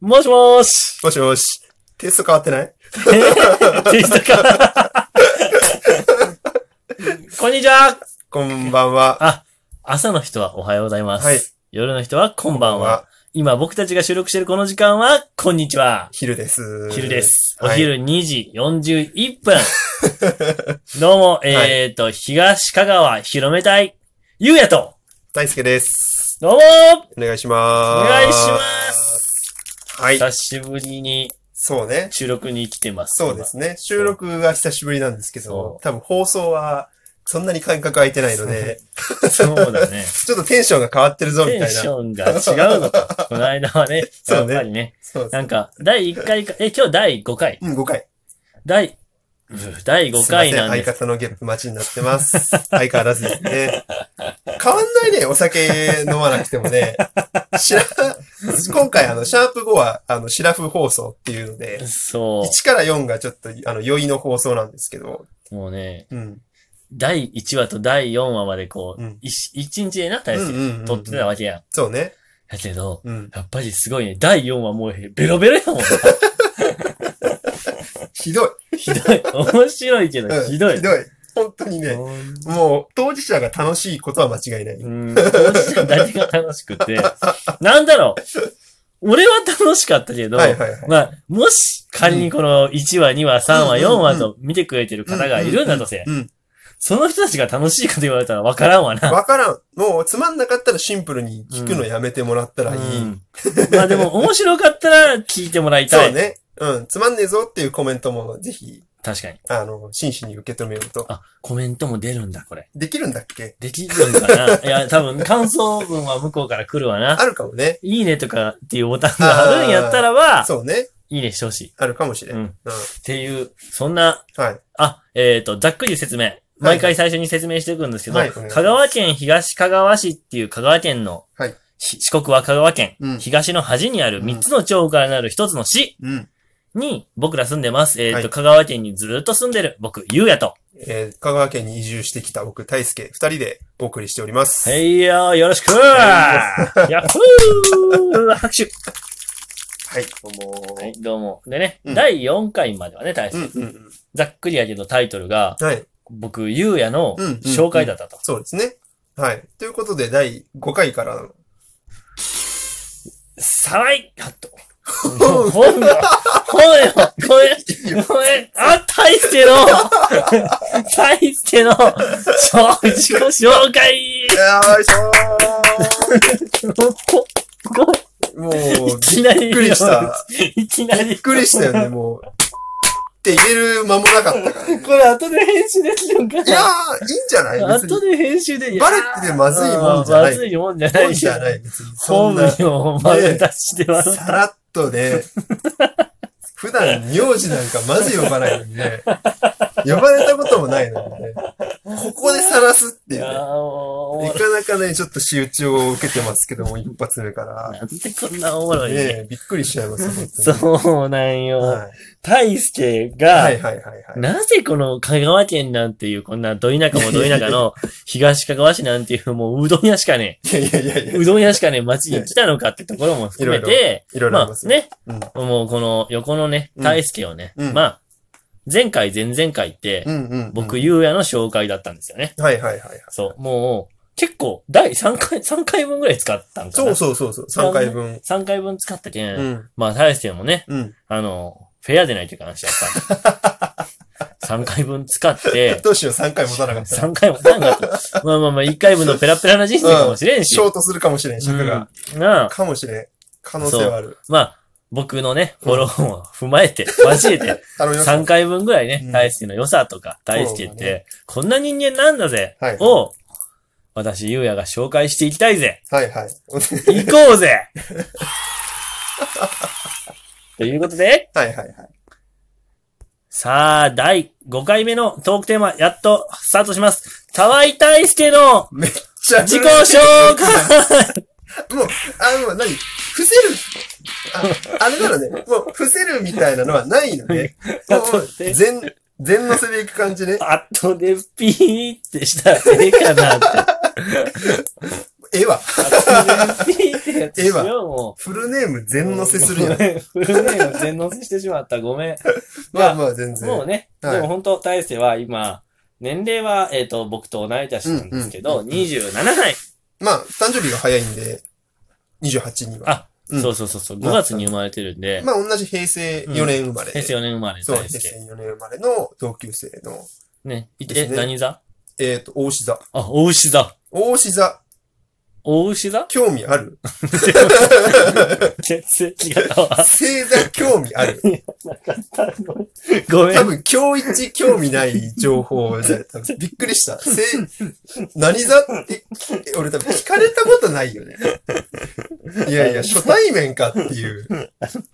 もしもーし。もしもし。テイスト変わってないテイストか。 こんにちは。こんばんは。あ、朝の人はおはようございます。はい夜の人はこんばんは。。今僕たちが収録しているこの時間は、こんにちは。昼です。昼で。す。おはい昼2時41分。 どうも、えーと、東香川広め隊、ゆうやと、大輔です。どうもーお願いしまおす。願いします。はい。久しぶりにそうね。収録に来てます。そうですね。収録が久しぶりなんですけそど、多分放送はそんなに間隔空いてないので、今。 そうだね。ちょっとテンションが変わってるぞみテたンいシな。ョンが違うのか。 この間はね、そやうっねぱりね。そうなんか、第1回か、え、今日第5回。うん、5回。第、うう第5回なんすいで。ますせん相方のゲップ待ちになっ てます。相変わらずですね。変わんないね、お酒飲まなくてもね。シラ今回、あの、シャープ5は、あの、シラフ放送っていうので、そ1から4がちょっと、あの、酔いの放送なんですけど、う。もうね、うん。第1話と第4話までこう、うん一一日でな、大うんして、うんうん撮ってたわけやん。そうね。だけど、うん。やっぱりすごいね。第4話もうベロベロやもんな。 ひどい。ひどい。面白いけうど、んひどいひ。どい。本当にね、もう、当事者が楽しいことは間違いない。うん、当事者だけが楽しくて。なんだろう。俺は楽しかったけど、はいはいはい。まあ、もし仮にこの1話、2話、3話、うん4話と見てくれてる方がいるんだとせ、うん。その人たちが楽しいかと言われたらわからんわな。わからん。もう、つまんなかったらシンプルに聞くのやめてもらったらいい。うんまあでも面白かったら聞いてもらいたそうい。ね。うん。つまんねえぞっていうコメントも、ぜひ、確かに。あの、真摯に受け止めようと。あ、コメントも出るんだ、これ。できるんだっけできるんかな いや、多分感想文は向こうから来るわな。あるかもね。いいねとかっていうボタンがあるんやったらば、そうね。いいねしてほしい。あるかもしれん。ううんん。っていう、そんな、はい。あ、えっ、と、ざっくり説明。毎回最初に説明していくんですけど、はいお願いします香川県東香川市っていう香川県の、はいし四国は香川県、うん東の端にある三つの町からなる一つの市うん。に僕ら住んでます。えっ、と、はい香川県にずーっと住んでる僕、ゆうやと。えー香川県に移住してきた僕、大輔、二人でお送りしております。。はいいよー、よろしくはやっほー拍手はい、どうも、はい、どうも。でね、うん第4回まではね、大うんして、うんうん。ざっくりやけどタイトルが、はい。僕、ゆうやのうんうんうん紹介だったと。そうですね。はい。ということで、第5回からの。さらいあっ と。本が、本よ、ごめん、ごめん、あ、大しての、大しての、そう自己紹介よいしょーもう、びいきなり、っくりした。いきなり。びっくりしたよね、もう。って言える間もなかったから。いこれ後で編集できるんかやなー、いいんじゃない別後に。で編集で、いやバレててまずいもんじゃないまずいもんじゃない。本じゃない、別に。そ本んな。名をまで出して笑ったさらっとね、 普段名字なんかまず呼ばないのにね、呼ばれたこともないのにね、ここでさらすっていいうやーね。もうおもなろいかなかね、ちょっと仕打ちを受けてますけども、一発目から。なんでこんなおもろいね。ねえ、びっくりしちゃいますよ、本当に。そうなんよ。はい大輔はがい、はいはいはい。なぜこの香川県なんていう、こんなど田舎もど田舎 の東香川市なんていう、もううどん屋しかね、いやいやいや いや、うどん屋しかね、町に来たのかってところも含めて、いろいろありまますあよ。ね、うんもうこの横のね、うん大輔をね、うんまあ、前回、前々回って、うんうんうん。僕、ゆうやの紹介だったんですよね。はいはいはいはい。そう、もう、結構、第3回、3回分ぐらい使ったんかそな。うそうそうそう、3回分。 3回分使ったけん、うん。まあ、大輔もね、うん。あの、フェアでないという話だ った。3回分使って、どうしよう、3回持たなかった ら。三回もなんか、まあまあまあ、一回分のペラペラな人生かもしれんし。ショートするかもしれん、尺が。うんなあかもしれん。可能性はある。まあ、僕のね、フォローも踏まえて、交 えて、頼みます。 3回分ぐらいねう、ん大輔の良さとか、大輔っそうだて、こんな人間なんだぜはい、を、私、ゆうやが紹介していきたいぜはいはい。 行こうぜということで、はいはいはい。さあ、第5回目のトークテーマ、やっとスタートします。沢井大輔のめっちゃ。自己紹介 もう、あ、もう何伏せるあ、あれなのね。もう、伏せるみたいなのはないのね。もあそうう、全、全乗せでいく感じね。あとでピーってしたらええかなって。えええわ。ピーってやつしよう、もフルネームう。全載せす るやん。ごめんフルネーム全乗せしてしまった。ごめん。まあまあ全然。もうね、はいでも本当、大勢は今、年齢は、えっ、と、僕と同い年なんですけど、うんうん27歳、まあ、誕生日が早いんで、28には。あうんそうそうそうそう、5月に生まれてるんで、まあ同じ平成4年生まれで。平成4年生まれそう、大平輔。成4年生まれの同級生の、ね。いてでえ、すね何座えっ、と、大志座。あ、大牛座。大志座、大牛座 興味ある全然違った わ。星座、興味あるごめ多ん。分、今日一興味ない情報で、多分びっくりした。せ、何座って、俺多分聞かれたことないよね。いやいや、初対面かっていう。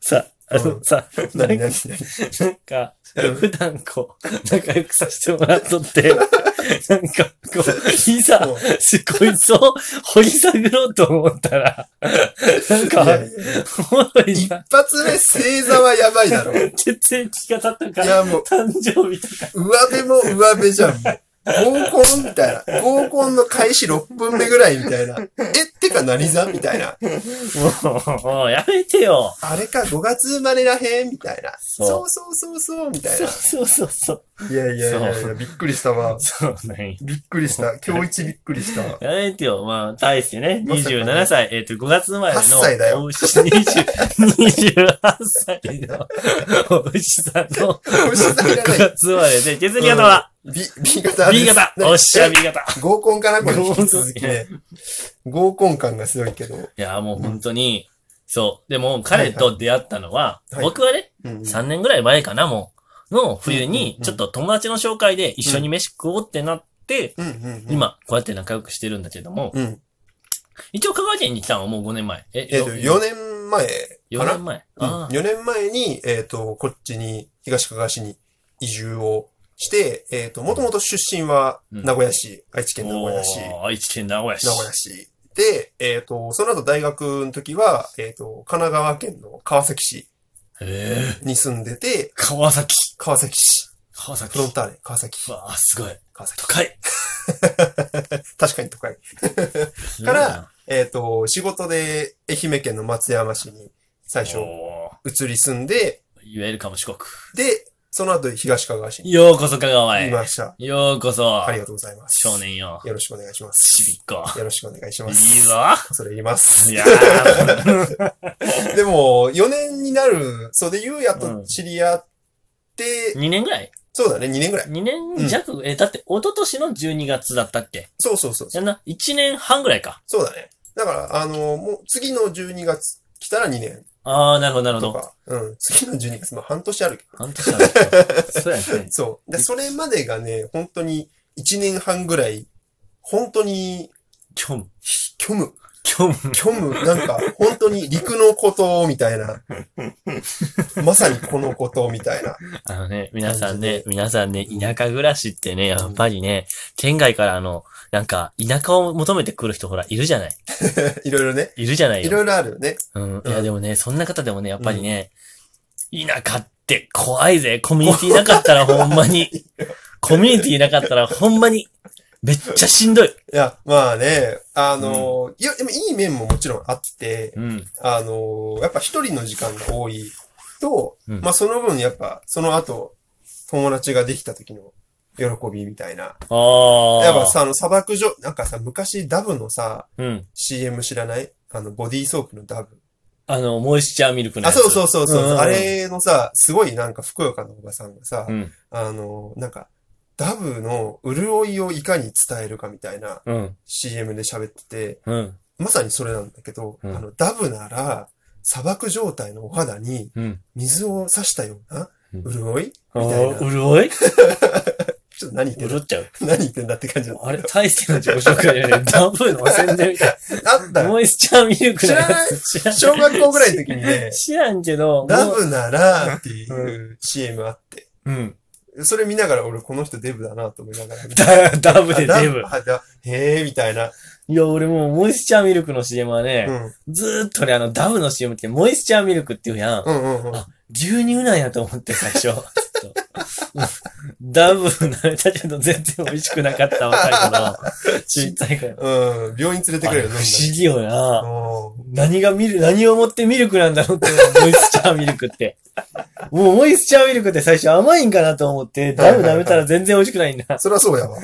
さ、あのうんさ、なん何か何何なんか、うん普段こう、仲良くさせてもらっとって、 なんかこう、いざも、うすこいつを掘り探ろうと思ったら、なんか、いやいやおもろい一な。発目、星座はやばいだろ。い全然着方とか、や、もう、誕生日とか、上辺も上辺じゃん。もう合コンみたいな。合コンの開始6分目ぐらいみたいな。え、ってか何座みたいな。もう、もうやめてよ。あれか、5月生まれらへんみたいな。そうそうそうそうそう、みたいそうな。そうそうそう。いやいやいやいそや、びっくりしたわ。そうなんよびっくりした。今日一びっくりした わ。やめてよ。まあ、大してね、まさかね27歳、えっ、と、5月生まれの、 8歳だよお牛20 28歳 の、お牛さんの、星座いら9ない。月生まれで、血液型は、 B、B 型です B 型ねおっしゃ、B 型合コンかなこれ合引コンき続きね。 合コン感がすごいけど。いや、もう本当に、そう。でも、彼と出会ったのは、はいはい僕はね、うん3年ぐらい前かな、もう、の冬うんうんにう、んちょっと友達の紹介で一緒に飯食おうってなって、うんうんうん。。今、こうやって仲良くしてるんだけども、うん。一応香川県に来たのはもう5年前。え、えっと、4年前4かな年前。うんあ4年前に、えっ、と、こっちに、東かがわ市に移住をして、えっ、と、もともと出身はうん名古屋市、愛知あ。県名古屋市、おー愛知県名古屋市。名古屋市。で、えっ、と、その後大学の時は、えっ、と、神奈川県の川崎市ええ。に住んでて、川崎。川崎市、川崎。フロンターレ、川崎、うわあ、すごい。川崎都、会。確かに都会。からえっ、と、仕事で愛媛県の松山市に最す初ごいな、お移り住んで、ーいわゆるかも四国。で、その後東かがわ市にようこそ香川いへ。ました。ようこそあ。りがとうございます。少年よ。よろしくお願いします。ちびっこ。よろしくお願いしいまいす。ぞ。恐れ入ります。いやー でも、4年になる、そうで、ゆうやと知り合って、 2年ぐらいそうだね、2年ぐらい。 ?2 年弱、え、だって、一昨年の12月だったっけそうそうそう。やんな、1年半ぐらいか。そうだね。だから、あの、もう次の12月来たら2年あー、なるほど、なるほとど。か、うん、次の12月、まあ半年あるけど。半年 だねそうやね。そう。で、それまでがね、本当に1年半ぐらい、本当に、きょん、虚無、きょん。虚無、なんか、本当に陸の孤島みた いな。まさにこの孤島みたいな。 あのね、皆さんね感じで、皆さんね、うん田舎暮らしってね、やっぱりね、県外からあの、なんか、田舎を求めてくる人ほら、いるじゃない。いろいろね。いるじゃないいよ。ろいろあるよね。うん。いうや、んでもね、そんな方でもね、やっぱりね、田舎って怖いぜ。コミュニティなかったらほんま に。コミュニティなかったらほんまに。めっちゃしんどい。いや、まあね、あの、いや、でもいい面ももちろんあって、うん。あの、やっぱ一人の時間が多いと、うんまあその分やっぱ、その後、友達ができた時の喜びみたいな。ああ。やっぱさ、あの、砂漠上、なんかさ、昔ダブのさ、うん。 CM 知らないあの、ボディーソープのダブ。あの、モイスチャーミルクのあ、やつ。そうそうそうそう、うんうんうんあれのさ、すごいなんか、ふくよかなおばさんがさ、うん。あの、なんか、ダブの潤いをいかに伝えるかみたいなうん。 CM で喋ってて、うん。まさにそれなんだけど、うんあの、ダブなら、砂漠状態のお肌にうん。水を刺したようなうん潤いあみたいーな。うるおいちょっと何言ってうんるだっちゃう。何言ってんだって感じだっあれ、大勢の自己紹介じゃ ねえ。ダブの宣伝みたいた。あったな。よモイスチャーミルクのやつ。知らん、小学校ぐらいの時にね 知らんけど、ダもうブならっていう CM あって、うん。それ見ながら俺この人デブだなと思いながら見て。ダダブであデブ。あだへえ、みたいな。いや、俺もう、モイスチャーミルクの CM はうね、ん。ずーっとね、あの、ダブの CM って、モイスチャーミルクっていうやん。うんうんうん。牛乳なんやと思って、最初。ょっと。ダブル慣れたけど全然美味しくなかった若い頃。ちっちゃい頃。うん。病院連れてあくれれる不思議よな。う何がミル、何をもってミルクなんだろうって思う、モイスチャーミルクって。もうモイスチャーミルクって最初甘いんかなと思って、ダブル舐めたら全然美味しくないんだん。。そりゃそうやわ。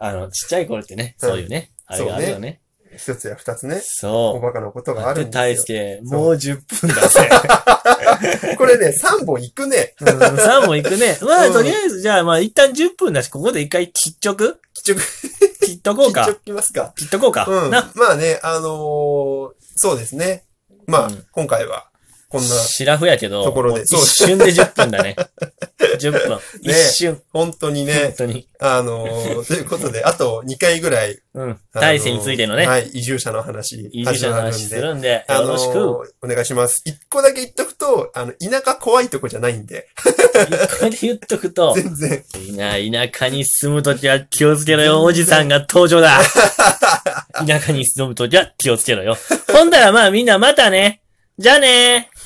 あの、ちっちゃい頃ってね、そういうね、あれがあるよね。一つや二つね、おそバカなことう。があるで、ん大です輔、そうもう10分だぜ。よ。これね、三本いくね。うん、3本 行くね。ま うあ、んとりあえず、じゃあ、まあ、一旦10分だし、ここで一回切っちょく切っちょ切っとこう切っかち。ょきますか。切っとこうか。うん。な。まあね、あのーそうですね。まあうん、今回は、こんな、シラフやけど、ところでもうそう一瞬で10分 だね。10分。一瞬。本当に本ね、当に。あのーということで、あと2回ぐらい、うん。あのー大勢についてのね、はい、移住者の話、移住者の話す始まるんで。るんで、あよのろしーく。お願いします。一個だけ言っとくと、あの、田舎怖いとこじゃないんで、これで言っとくと、全然、いいな、田舎に住むときは気をつけろよ、おじさんが登場 だ。田舎に住むときは気をつけろよ。ほんだらまあみんなまたね。じゃあねー。